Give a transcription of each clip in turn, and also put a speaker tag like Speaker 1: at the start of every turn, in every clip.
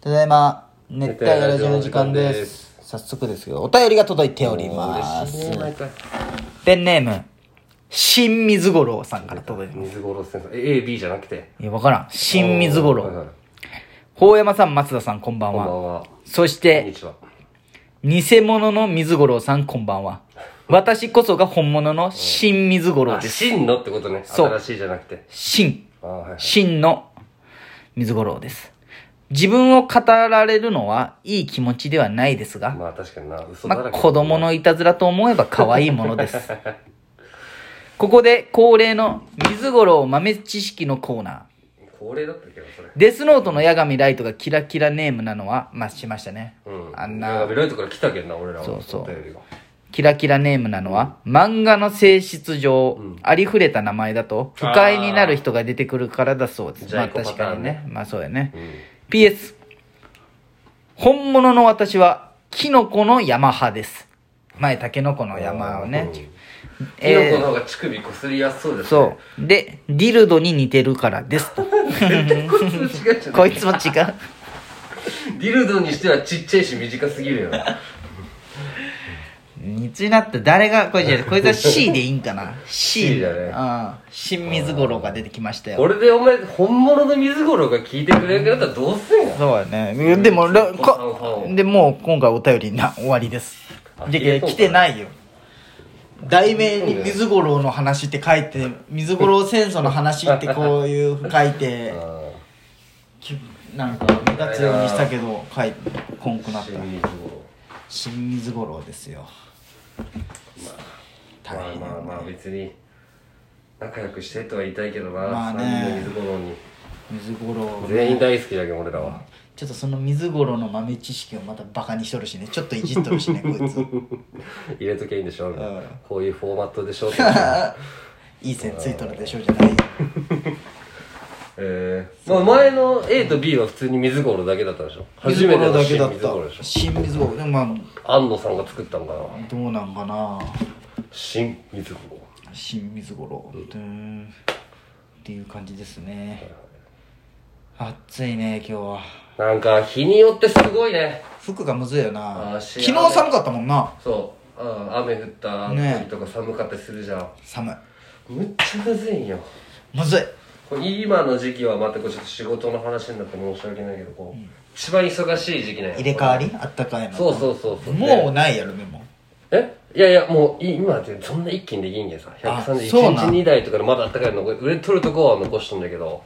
Speaker 1: ただいま、熱帯夜ラジオの時間です。早速ですけど、お便りが届いておりま
Speaker 2: 嬉しい
Speaker 1: す
Speaker 2: ね。毎回
Speaker 1: ペンネーム、新水五郎さんから届いてま
Speaker 2: 水五郎先生 AB じゃなくて
Speaker 1: す。いや、わからん。新水五
Speaker 2: はいはい
Speaker 1: 郎。法山さん、松田さん、こんばん
Speaker 2: こんば
Speaker 1: は。
Speaker 2: んは
Speaker 1: そし
Speaker 2: こん
Speaker 1: て
Speaker 2: に、ちは
Speaker 1: 偽物の水五郎さん、こんばんは。私こそが本物の新水五郎
Speaker 2: あ
Speaker 1: です。
Speaker 2: 真のってことね
Speaker 1: そう
Speaker 2: 新しいじゃなくて
Speaker 1: 新。
Speaker 2: あはいはい
Speaker 1: 真の水五郎です。自分を語られるのはいい気持ちではないですが、
Speaker 2: まあ確かにな嘘だ
Speaker 1: ま
Speaker 2: ら
Speaker 1: あ、
Speaker 2: け
Speaker 1: 子供のいたずらと思えば可愛いもの です。ここで恒例の水五郎豆知識のコーナー。
Speaker 2: 恒例だったけどそれ
Speaker 1: デスノートの矢神ライトがキラキラネームなのは、まあ、しましたね。
Speaker 2: うん
Speaker 1: あん
Speaker 2: いや
Speaker 1: な、
Speaker 2: ライトから来たけんな俺らは
Speaker 1: そうそう
Speaker 2: お便りが
Speaker 1: キラキラネームなのは、漫画の性質上、ありふれた名前だと、不快になる人が出てくるからだそうです。
Speaker 2: ジ
Speaker 1: ま
Speaker 2: ャ
Speaker 1: あ、
Speaker 2: イコパ
Speaker 1: 確
Speaker 2: タ
Speaker 1: か
Speaker 2: ー
Speaker 1: に
Speaker 2: ン
Speaker 1: ね
Speaker 2: ね。
Speaker 1: まあ、そうやね。
Speaker 2: うん
Speaker 1: PS 本物の私はキノコの山派です前タケノコの山をね
Speaker 2: うんキ
Speaker 1: え
Speaker 2: ノコ
Speaker 1: ー
Speaker 2: の方が乳首こすりやすそうですね
Speaker 1: そうでディルドに似てるからです と
Speaker 2: こいつ違うじゃん
Speaker 1: こいつも違う
Speaker 2: ディルドにしてはちっちゃいし短すぎるよな
Speaker 1: 似つになって誰がこれ じゃこいつは C でいいんかな C,
Speaker 2: C だね
Speaker 1: うん新水五郎が出てきましたよ
Speaker 2: これでお前本物の水五郎が聞いてくれなくなったらどうすんや
Speaker 1: そうやねでもらこでもう今回お便りな終わりです
Speaker 2: あ
Speaker 1: じゃ
Speaker 2: 入れとんか
Speaker 1: 来てないよ題名に水五郎の話って書いて水五郎戦争の話ってこう いう書いて
Speaker 2: あ
Speaker 1: きなんか目立つようにしたけど書いてこんくな
Speaker 2: あ
Speaker 1: った
Speaker 2: 新水五郎
Speaker 1: 新水五郎ですよ大
Speaker 2: まあ
Speaker 1: 変
Speaker 2: まあまあ別に仲良くしてとは言いたいけどな、
Speaker 1: まあね
Speaker 2: 三人の水五郎に
Speaker 1: 水五郎
Speaker 2: 全員大好きだけど俺らは
Speaker 1: ちょっとその水五郎の豆知識をまたバカにしとるしねちょっといじっとるしねこいつ
Speaker 2: 入れときゃいいんでしょみたいな
Speaker 1: うん
Speaker 2: こういうフォーマットでし ょ
Speaker 1: いい線ついとるでしょうじゃないよ
Speaker 2: ええまあ前の A と B は普通に水五郎だけだったでしょ初めての新
Speaker 1: 水五郎
Speaker 2: 水五郎でしょ
Speaker 1: 新水五郎でもま
Speaker 2: 安野さんが作ったのかな
Speaker 1: あどうなんかな
Speaker 2: 新水五郎
Speaker 1: 新水五郎うんっていう感じですね暑いね今日は
Speaker 2: なんか日によってすごいね
Speaker 1: 服がむずいよ
Speaker 2: あ
Speaker 1: な昨
Speaker 2: ー幸せ
Speaker 1: 日寒かったもんな
Speaker 2: そう、うん、雨降った
Speaker 1: ね
Speaker 2: 時とか寒かったりするじゃん、
Speaker 1: 寒い
Speaker 2: むっちゃむずいんよ
Speaker 1: むずい
Speaker 2: これ今の時期はまたこうちょっと仕事の話になって申し訳ないけどこう、一番忙しい時期なんよ
Speaker 1: 入れ替わりあったかいの
Speaker 2: そうそうそうそう
Speaker 1: もう
Speaker 2: う
Speaker 1: ないやろでも
Speaker 2: えいやいやもうい今ってそんな一気にできんけんさ
Speaker 1: あそう
Speaker 2: 131
Speaker 1: な
Speaker 2: 日
Speaker 1: ん
Speaker 2: 2台とかでまだあったかいの売れとるとこは残しとんだけど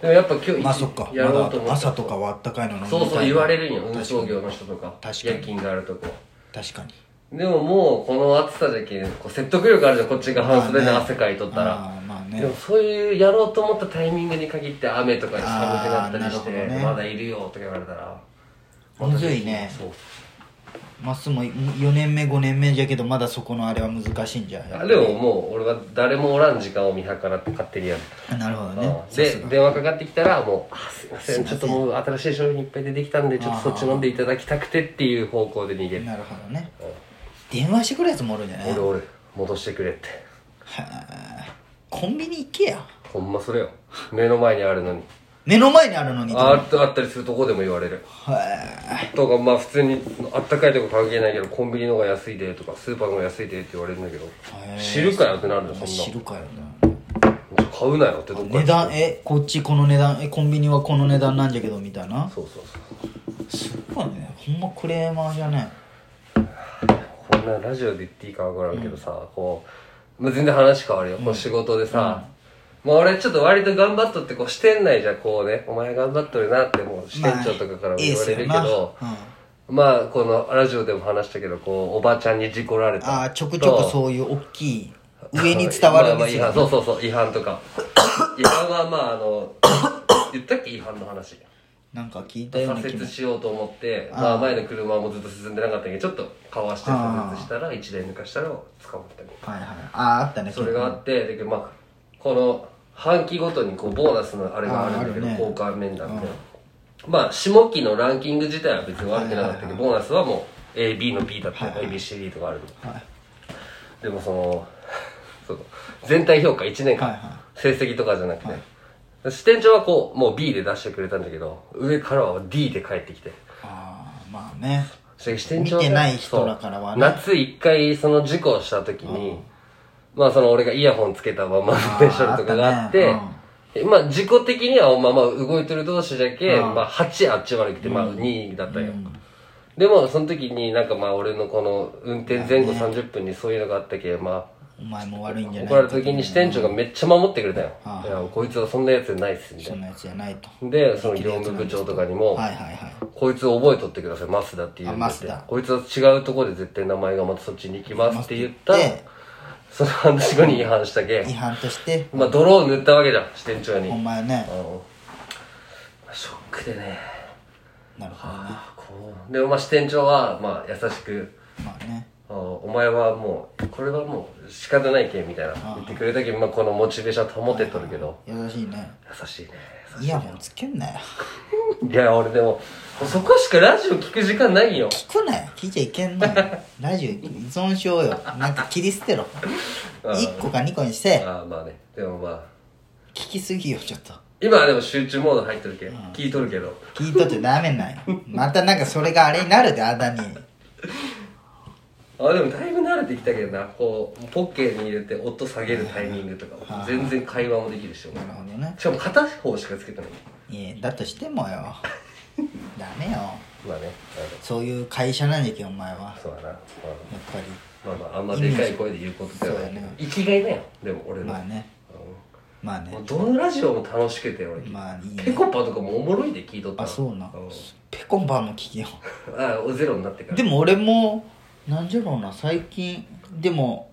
Speaker 2: でもやっぱ今日一
Speaker 1: まあそっか
Speaker 2: や
Speaker 1: ま
Speaker 2: ろ
Speaker 1: だ
Speaker 2: うと思って
Speaker 1: 朝とかはあったかいの飲みたい
Speaker 2: そう
Speaker 1: な
Speaker 2: そう言われるんよ運
Speaker 1: 確
Speaker 2: 送
Speaker 1: かに
Speaker 2: 業の人とか
Speaker 1: 確かに
Speaker 2: 夜勤があるとこ
Speaker 1: 確かに
Speaker 2: でももうこの暑さじゃけんこう説得力あるじゃんこっちが半袖で
Speaker 1: まあね
Speaker 2: 汗かいとったら、
Speaker 1: あーまあね
Speaker 2: でもそういうやろうと思ったタイミングに限って雨とかに寒くなったりし
Speaker 1: あー
Speaker 2: て、
Speaker 1: なるほどね
Speaker 2: まだいるよとか言われたら
Speaker 1: むずいね
Speaker 2: そう
Speaker 1: まっすーも4年目5年目じゃけどまだそこのあれは難しいんじゃ
Speaker 2: あでももう俺は誰もおらん時間を見計らって勝手にやる、
Speaker 1: なるほど
Speaker 2: うん
Speaker 1: ね
Speaker 2: で
Speaker 1: さすが
Speaker 2: 電話かかってきたらもう「あすいませ
Speaker 1: すい
Speaker 2: ん
Speaker 1: ま
Speaker 2: ち
Speaker 1: せん
Speaker 2: ょっともう新しい商品いっぱい出てきたんでちょっとそっち飲んでいただきたくて」っていう方向で逃げる
Speaker 1: なるほどね電話してくるやつもおるんじゃ
Speaker 2: 「
Speaker 1: ない
Speaker 2: 俺俺戻してくれ」って
Speaker 1: はあコンビニ行けや
Speaker 2: ほんまそれよ目の前にあるのに
Speaker 1: 目の前にあるのに
Speaker 2: ああったりするとこでも言われる
Speaker 1: はあ
Speaker 2: とかまあ普通にあったかいとこ関係ないけどコンビニの方が安いでとかスーパーの方が安いでって言われるんだけど
Speaker 1: へー
Speaker 2: 知るかよってなるのそ
Speaker 1: 知
Speaker 2: んな
Speaker 1: るかよな
Speaker 2: 買うなよってどっか
Speaker 1: 値段えこっちこの値段えコンビニはこの値段なんじゃけどみたいな
Speaker 2: そうそうそう
Speaker 1: すごいねほんまクレーマーじゃね
Speaker 2: こんなラジオで言っていいか分からんけどさ、こう、まあ、全然話変わるよ、こう仕事でさ、まあ俺ちょっと割と頑張っとってこう支店内じゃこうねお前頑張っとるなってもう支店長とかからも言われるけ
Speaker 1: まあエースよ
Speaker 2: ど、
Speaker 1: なうん
Speaker 2: まあこのラジオでも話したけどこうおばちゃんに事故られた
Speaker 1: ああちょくちょくそういう大きい上に伝わるんです
Speaker 2: まあまあ違
Speaker 1: よ
Speaker 2: 反そうそうそう違反 とか違反はまああの 言ったっけ違反の話
Speaker 1: なんか聞いたような
Speaker 2: 左
Speaker 1: 気
Speaker 2: 折
Speaker 1: も
Speaker 2: しようと思ってまあ前の車もずっと進んでなかったんやけどちょっとかわして左折したら1台抜かしたら捕まったみたい
Speaker 1: はいはいあああったね
Speaker 2: なそれがあってでまあこの半期ごとにこうボーナスのあれがあるんだけど
Speaker 1: あーあるね
Speaker 2: 交換面談みたいなまあ下期のランキング自体は別に悪くなかったけどボーナスはもう AB の B だったり ABCD とかあるの
Speaker 1: 結構はい
Speaker 2: でもそのその全体評価1年間、
Speaker 1: はいは
Speaker 2: 成績とかじゃなくて、支店長はこう、もう B で出してくれたんだけど、上からは D で帰ってきて。
Speaker 3: ああまあね
Speaker 2: 支店長が
Speaker 1: 見てない人だからはね
Speaker 2: そう夏一回その事故をした時に、まあその俺がイヤホンつけたまま運転しとるとかがあって
Speaker 1: あーあっ
Speaker 2: まあ事故的にはまあまあ動いてる同士じゃけ、まあ8あっちまで来て、まあ2だったよ、でもその時になんかまあ俺のこの運転前後30分にそういうのがあったけ、まあ
Speaker 1: お前も悪いんじゃない
Speaker 2: 怒られた時に支店長がめっちゃ守ってくれたよ、
Speaker 1: あ
Speaker 2: いやこいつはそんなやつじゃないっすみた
Speaker 1: そ
Speaker 2: い
Speaker 1: ん
Speaker 2: な
Speaker 1: なやつじゃないと
Speaker 2: でその業務部長とかにも、
Speaker 1: はいはいはい
Speaker 2: こいつ覚えとってください、マスダっていうんで
Speaker 1: あマスダ
Speaker 2: こいつは違うところで絶対名前がまたそっちに行きますって言った
Speaker 1: で。
Speaker 2: その半年後に違反したけ
Speaker 1: 違。反として
Speaker 2: まあ、泥を塗ったわけじゃん、支店長に。
Speaker 1: お
Speaker 2: うん
Speaker 1: 前ね
Speaker 2: ショックでね。
Speaker 1: なるほどね
Speaker 2: ああこう。でもまあ支店長は、まあ優しく、
Speaker 1: まあね
Speaker 2: ああお前はもう、これはもう仕方ないけ、みたいな。言ってくれたけど、まあこのモチベーション保てとるけど。
Speaker 1: 優しいね
Speaker 2: 優しいね。
Speaker 1: イヤホンつけんなよ
Speaker 2: いや、俺でも、そこしかラジオ聞く時間ないよ。
Speaker 1: 聞くなよ聞いちゃいけん のよラジオ依存症よなんか切り捨てろ
Speaker 2: ああ
Speaker 1: 1個か2個にして
Speaker 2: ああ、まあね。でもまあ。
Speaker 1: 聞きすぎよちょっと
Speaker 2: 今はでも集中モード入ってるけ、聞いとるけど
Speaker 1: 聞いとってダメなんよまたなんかそれがあれになるであだに
Speaker 2: あでもだいぶ慣れてきたけどなこうポッケに入れて音下げるタイミングとか
Speaker 1: はい
Speaker 2: 全然会話もできるしし
Speaker 1: なるほどね
Speaker 2: かも片方しかつけてない
Speaker 1: いやだとしても よダメよ
Speaker 2: まあね
Speaker 1: そういう会社なんじゃけお前は
Speaker 2: あのそうだな、ま
Speaker 1: やっぱり
Speaker 2: あ、まあまああんまでかい声で言うことではないけど
Speaker 1: そうだね
Speaker 2: 生きがいだよでも俺の、
Speaker 1: まあねまあ
Speaker 2: うんも
Speaker 1: ね
Speaker 2: うどのラジオも楽しくて俺、
Speaker 1: まあいい
Speaker 2: ペ
Speaker 1: ね
Speaker 2: コパとかもおもろいで聞いとった
Speaker 1: あそうなんペコンバーも聞きよ
Speaker 2: あおゼロになってから
Speaker 1: でも俺もなんじゃろうな最近でも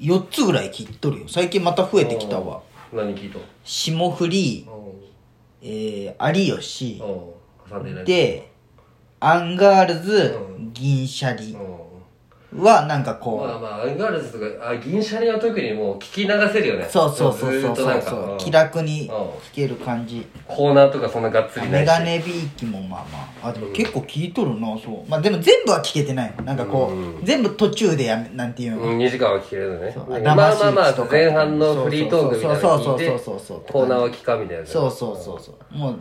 Speaker 1: 4つぐらい聞いとるよ最近また増えてきたわ
Speaker 2: 何聞いとん
Speaker 1: 霜降り、
Speaker 2: う
Speaker 1: えー、有吉
Speaker 2: んうん挟んでない
Speaker 1: でアンガールズ
Speaker 2: う
Speaker 1: 銀シャリ
Speaker 2: うん
Speaker 1: はなんかこう、
Speaker 2: まあまあ、アンガールズとか、あ、銀シャリは特にもう聞き流せるよね。
Speaker 1: そうそうそう
Speaker 2: ずー
Speaker 1: そ
Speaker 2: っ
Speaker 1: う
Speaker 2: とな
Speaker 1: そ
Speaker 2: ん
Speaker 1: う
Speaker 2: か
Speaker 1: そう、
Speaker 2: ん
Speaker 1: 気楽に
Speaker 2: うん
Speaker 1: 聴ける感じ
Speaker 2: コーナーとかそんながっつりな
Speaker 1: メ
Speaker 2: いし。
Speaker 1: ガネビーキもまあまああでも結構聴いとるなそうまあでも全部は聴けてないのなんかこ
Speaker 2: う
Speaker 1: う全部途中でやめなんていうの、
Speaker 2: うん、2時間は聞けるのね。
Speaker 1: そう
Speaker 2: まあまあまあ、前半のフリートークみたいなの聞いて
Speaker 1: そうそうそうそうそうそうそうそうそう
Speaker 2: コーナーは聞かみたいな。
Speaker 1: そうそうそうそうもう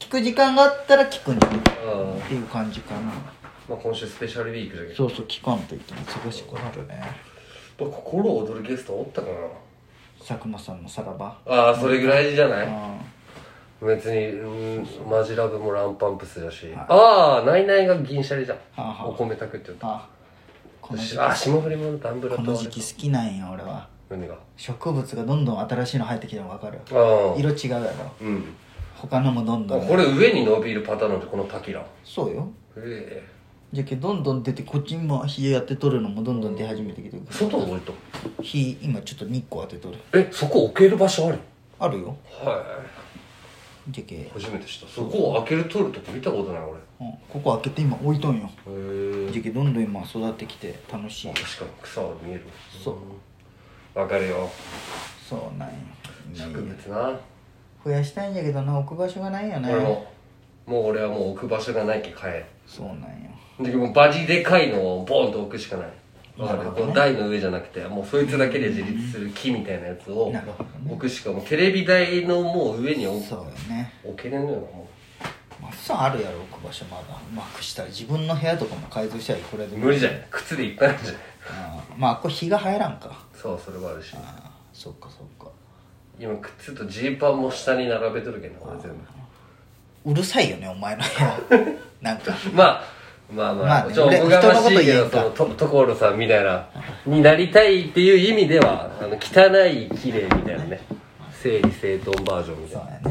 Speaker 1: 聴く時間があったら聴くんじゃないっ
Speaker 2: うん。うん
Speaker 1: ていう感じかな
Speaker 2: まあ今週スペシャルウィークじゃけど。
Speaker 1: そうそう聴かんといけない忙しくなるね
Speaker 2: まあ心躍るゲストおったかな
Speaker 1: 佐久間さんのさらば
Speaker 2: ああ、それぐらいじゃな
Speaker 1: う
Speaker 2: い
Speaker 1: ん
Speaker 2: 別に、うん、マジラブもランパンプスだし。ああ、ナイナイが銀シャリじゃんはは。
Speaker 1: は
Speaker 2: お米炊くって言った。
Speaker 1: あこの時期
Speaker 2: あ、霜降りもダンブラ。
Speaker 1: ことの時期好きなんや俺は
Speaker 2: 何が
Speaker 1: 植物がどんどん新しいの入ってきてるの分かる
Speaker 2: ああ。
Speaker 1: 色違うやろ
Speaker 2: うん。
Speaker 1: 他のもどんど
Speaker 2: あ
Speaker 1: ん
Speaker 2: これ上に伸びるパターンなんてこのパキラ
Speaker 1: そうよ
Speaker 2: え
Speaker 1: じゃけどんどん出てこっち今日やってとるのもどんどん出始めてきてる
Speaker 2: え外置いと
Speaker 1: 日今ちょっと日光当てとる
Speaker 2: えそこ置ける場所ある
Speaker 1: あるよ
Speaker 2: は
Speaker 1: じゃけ
Speaker 2: い、初めて知ったそこを開ける取るとこ見たことない俺へ
Speaker 1: うん、ここ開けて今置いとんよ
Speaker 2: え
Speaker 1: じゃけどんどん今育ってきて楽しい
Speaker 2: 確かに草は見える
Speaker 1: そう
Speaker 2: わかるよ
Speaker 1: そうなんよ
Speaker 2: 植
Speaker 1: 今いい
Speaker 2: 物
Speaker 1: よ
Speaker 2: な
Speaker 1: 増やしたいんじゃけどな置く場所がないよね
Speaker 2: 俺ももう俺はもう置く場所がないけ帰る
Speaker 1: そうなんよ
Speaker 2: でもうバジでかいのをボンと置くしかないわかる
Speaker 1: なるほ
Speaker 2: こ
Speaker 1: どね
Speaker 2: の台の上じゃなくてもうそいつだけで自立する木みたいなやつを
Speaker 1: なるほどね
Speaker 2: 置くしかもうテレビ台のもう上に置
Speaker 1: そうよね
Speaker 2: 置けねえのよなも
Speaker 1: マッサンあるやろ置く場所まだうまくしたら自分の部屋とかも改造したらいくらで
Speaker 2: う
Speaker 1: も
Speaker 2: 無理じゃん靴でいっぱいあるじゃん
Speaker 1: うんまあこれ日が入らんか
Speaker 2: そうそれもあるし
Speaker 1: ああそっかそっか
Speaker 2: 今靴とジーパンも下に並べとるけどな俺全部
Speaker 1: うるさいよねお前の部 屋なんか
Speaker 2: まあまあまあ、
Speaker 1: まあね
Speaker 2: ちょっとおこがま
Speaker 1: 人の
Speaker 2: しいけど
Speaker 1: こと言えん
Speaker 2: そ
Speaker 1: か
Speaker 2: のと所さんみたいなになりたいっていう意味ではあの汚い綺麗みたいなね整理整頓バージョンみた
Speaker 1: そ
Speaker 2: いうな
Speaker 1: やね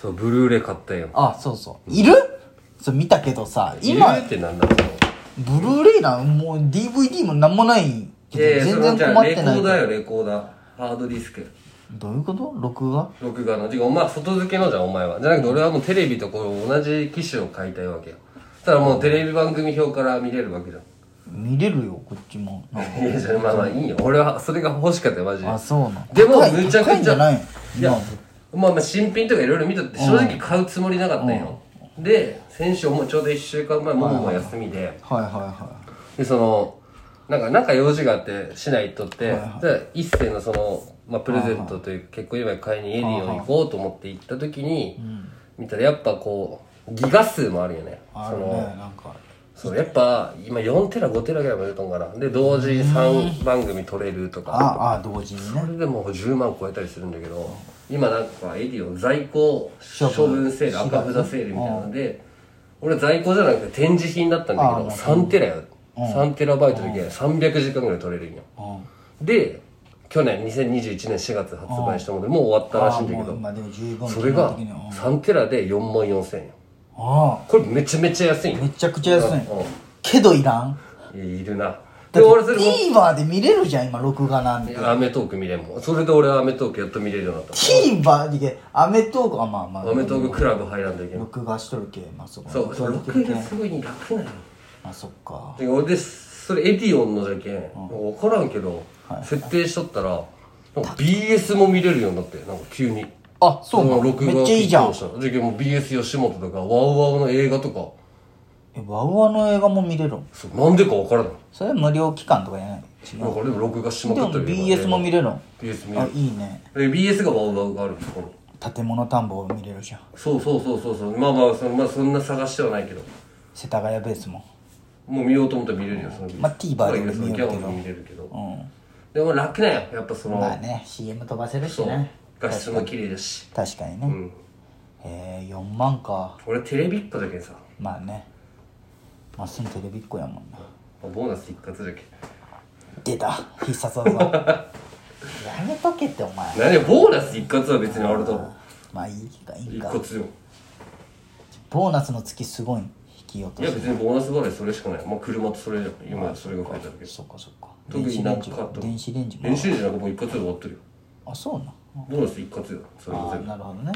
Speaker 2: そうブルーレイ買ったよ
Speaker 1: あそうそういるそう見たけどさ今
Speaker 2: 今ってなんだろう
Speaker 1: ブルーレイなんもう DVD もなんもないけど
Speaker 2: ええそ
Speaker 1: 全
Speaker 2: れ
Speaker 1: 然
Speaker 2: じゃ
Speaker 1: 困
Speaker 2: あ
Speaker 1: っ
Speaker 2: レコ
Speaker 1: てない
Speaker 2: ーダーよレコーダーハードディスク
Speaker 1: どういうこと録画
Speaker 2: 録画のてかお前は外付けのじゃんお前はじゃなくて俺はもうテレビとこう同じ機種を買いたいわけよそしたらもうテレビ番組表から見れるわけじゃん
Speaker 1: 見れるよこっちもなんか
Speaker 2: いやじゃあまあまあいいよ俺はそれが欲しかったよマジで
Speaker 1: あそうな
Speaker 2: でも
Speaker 1: 高い
Speaker 2: むちゃくちゃ
Speaker 1: 高いんじゃない
Speaker 2: いや
Speaker 1: 今
Speaker 2: まあまあ新品とかいろいろ見とって正直買うつもりなかったんよ、で先週もうちょうど1週間前ももも休みで
Speaker 1: はいはいは
Speaker 2: でそのなんかなんか用事があって市内行っとって、
Speaker 1: はいはい
Speaker 2: で一星のそのまあ、プレゼントというか結婚祝い買いにエディオン行こうと思って行った時に見たらやっぱこうギガ数もあるよね
Speaker 1: あ
Speaker 2: そ
Speaker 1: るね
Speaker 2: の
Speaker 1: なんか
Speaker 2: そうやっぱ今4テラ5テラぐらいまで出たんかなで同時3番組撮れると
Speaker 1: あ
Speaker 2: か
Speaker 1: あ同時に
Speaker 2: そ
Speaker 1: ね
Speaker 2: れでもう10万超えたりするんだけど今なんかエディオン在庫処分セール
Speaker 1: 処分
Speaker 2: 赤札セールみたいなので俺在庫じゃなくて展示品だったんだけど
Speaker 1: あ
Speaker 2: 3テラよ3テラバイトで300時間ぐらい撮れるんよ
Speaker 1: うん
Speaker 2: で去年2021年4月発売したものでもう終わったらしいんだけ
Speaker 1: ああもう
Speaker 2: ど
Speaker 1: まあでも十分
Speaker 2: それが
Speaker 1: 基本的にはうん
Speaker 2: 3テラで4万4000円
Speaker 1: あ
Speaker 2: これめちゃめちゃ安い
Speaker 1: あ
Speaker 2: よ
Speaker 1: めちゃくちゃ安い
Speaker 2: うん
Speaker 1: けどいらん
Speaker 2: いるな
Speaker 1: だ
Speaker 2: で
Speaker 1: って
Speaker 2: 俺それも
Speaker 1: TVer で見れるじゃん今録画なんて
Speaker 2: アメトーク見れんもんそれで俺はアメトークやっと見れるようになっ
Speaker 1: TVer でアメトークあまあまあ
Speaker 2: たアメトーククラブ入らんといけない
Speaker 1: 録画しとるけまあそこ
Speaker 2: そうそ
Speaker 1: 録
Speaker 2: う
Speaker 1: 画できる
Speaker 2: 録
Speaker 1: け
Speaker 2: 画すごい楽なの
Speaker 1: あそっか
Speaker 2: で俺でそれエディオンのじゃけん分からんけど設定しとったらなんか BS も見れるようになってなんか急に
Speaker 1: あそうな
Speaker 2: の
Speaker 1: の
Speaker 2: 録画
Speaker 1: めっちゃいいじゃん
Speaker 2: 結構したじゃけんもう BS 吉本とかワウワウの映画とか
Speaker 1: えワウワウの映画も見れるん
Speaker 2: そうなんでか分からない
Speaker 1: それ無料期間とかやない違
Speaker 2: なん
Speaker 1: う
Speaker 2: かでも録画しま
Speaker 1: で
Speaker 2: く
Speaker 1: も
Speaker 2: ってる
Speaker 1: BS も見れるん
Speaker 2: BS 見
Speaker 1: あ
Speaker 2: れ
Speaker 1: いいね
Speaker 2: るで BS がワウワウがあるところ
Speaker 1: 建物田んぼを見れるじゃん
Speaker 2: そうそうそうそうそうまあまあそのまあそんな探してはないけど
Speaker 1: 世田谷ベースも
Speaker 2: もう見ようと思ったら見れるよその
Speaker 1: まあ TVer でも
Speaker 2: そう
Speaker 1: 見
Speaker 2: ギャ
Speaker 1: ようけど
Speaker 2: オでも見れるけど
Speaker 1: うん
Speaker 2: でも楽なんよやっぱその、
Speaker 1: まあね CM 飛ばせるし
Speaker 2: そう
Speaker 1: ね
Speaker 2: 画質も綺麗だし
Speaker 1: 確かに
Speaker 2: う
Speaker 1: ね
Speaker 2: ん
Speaker 1: へえ4万か
Speaker 2: 俺テレビっ子だけさ
Speaker 1: まあねまっすぐテレビっ子やもんな
Speaker 2: ボーナス一括だけ
Speaker 1: 出た必殺 技やめとけってお前
Speaker 2: 何やボーナス一括は別に俺と
Speaker 1: まあいいかいい
Speaker 2: 一
Speaker 1: か
Speaker 2: 括でも
Speaker 1: ボーナスの月すごい引き落
Speaker 2: い
Speaker 1: と
Speaker 2: や
Speaker 1: す
Speaker 2: 別にボーナス払いそれしかないまあ車とそれじゃん今それが書いてあるけど
Speaker 1: そっかそっか
Speaker 2: 特
Speaker 1: 電
Speaker 2: に
Speaker 1: 子
Speaker 2: な
Speaker 1: レ
Speaker 2: ん
Speaker 1: ン
Speaker 2: か
Speaker 1: ジ
Speaker 2: 買った
Speaker 1: 電子レンジ
Speaker 2: 電
Speaker 1: も
Speaker 2: 子レンジなんかもう一括で終わってるよ
Speaker 1: あそうな
Speaker 2: ボーナス一括よそれも
Speaker 1: あ
Speaker 2: 全部
Speaker 1: なるほどね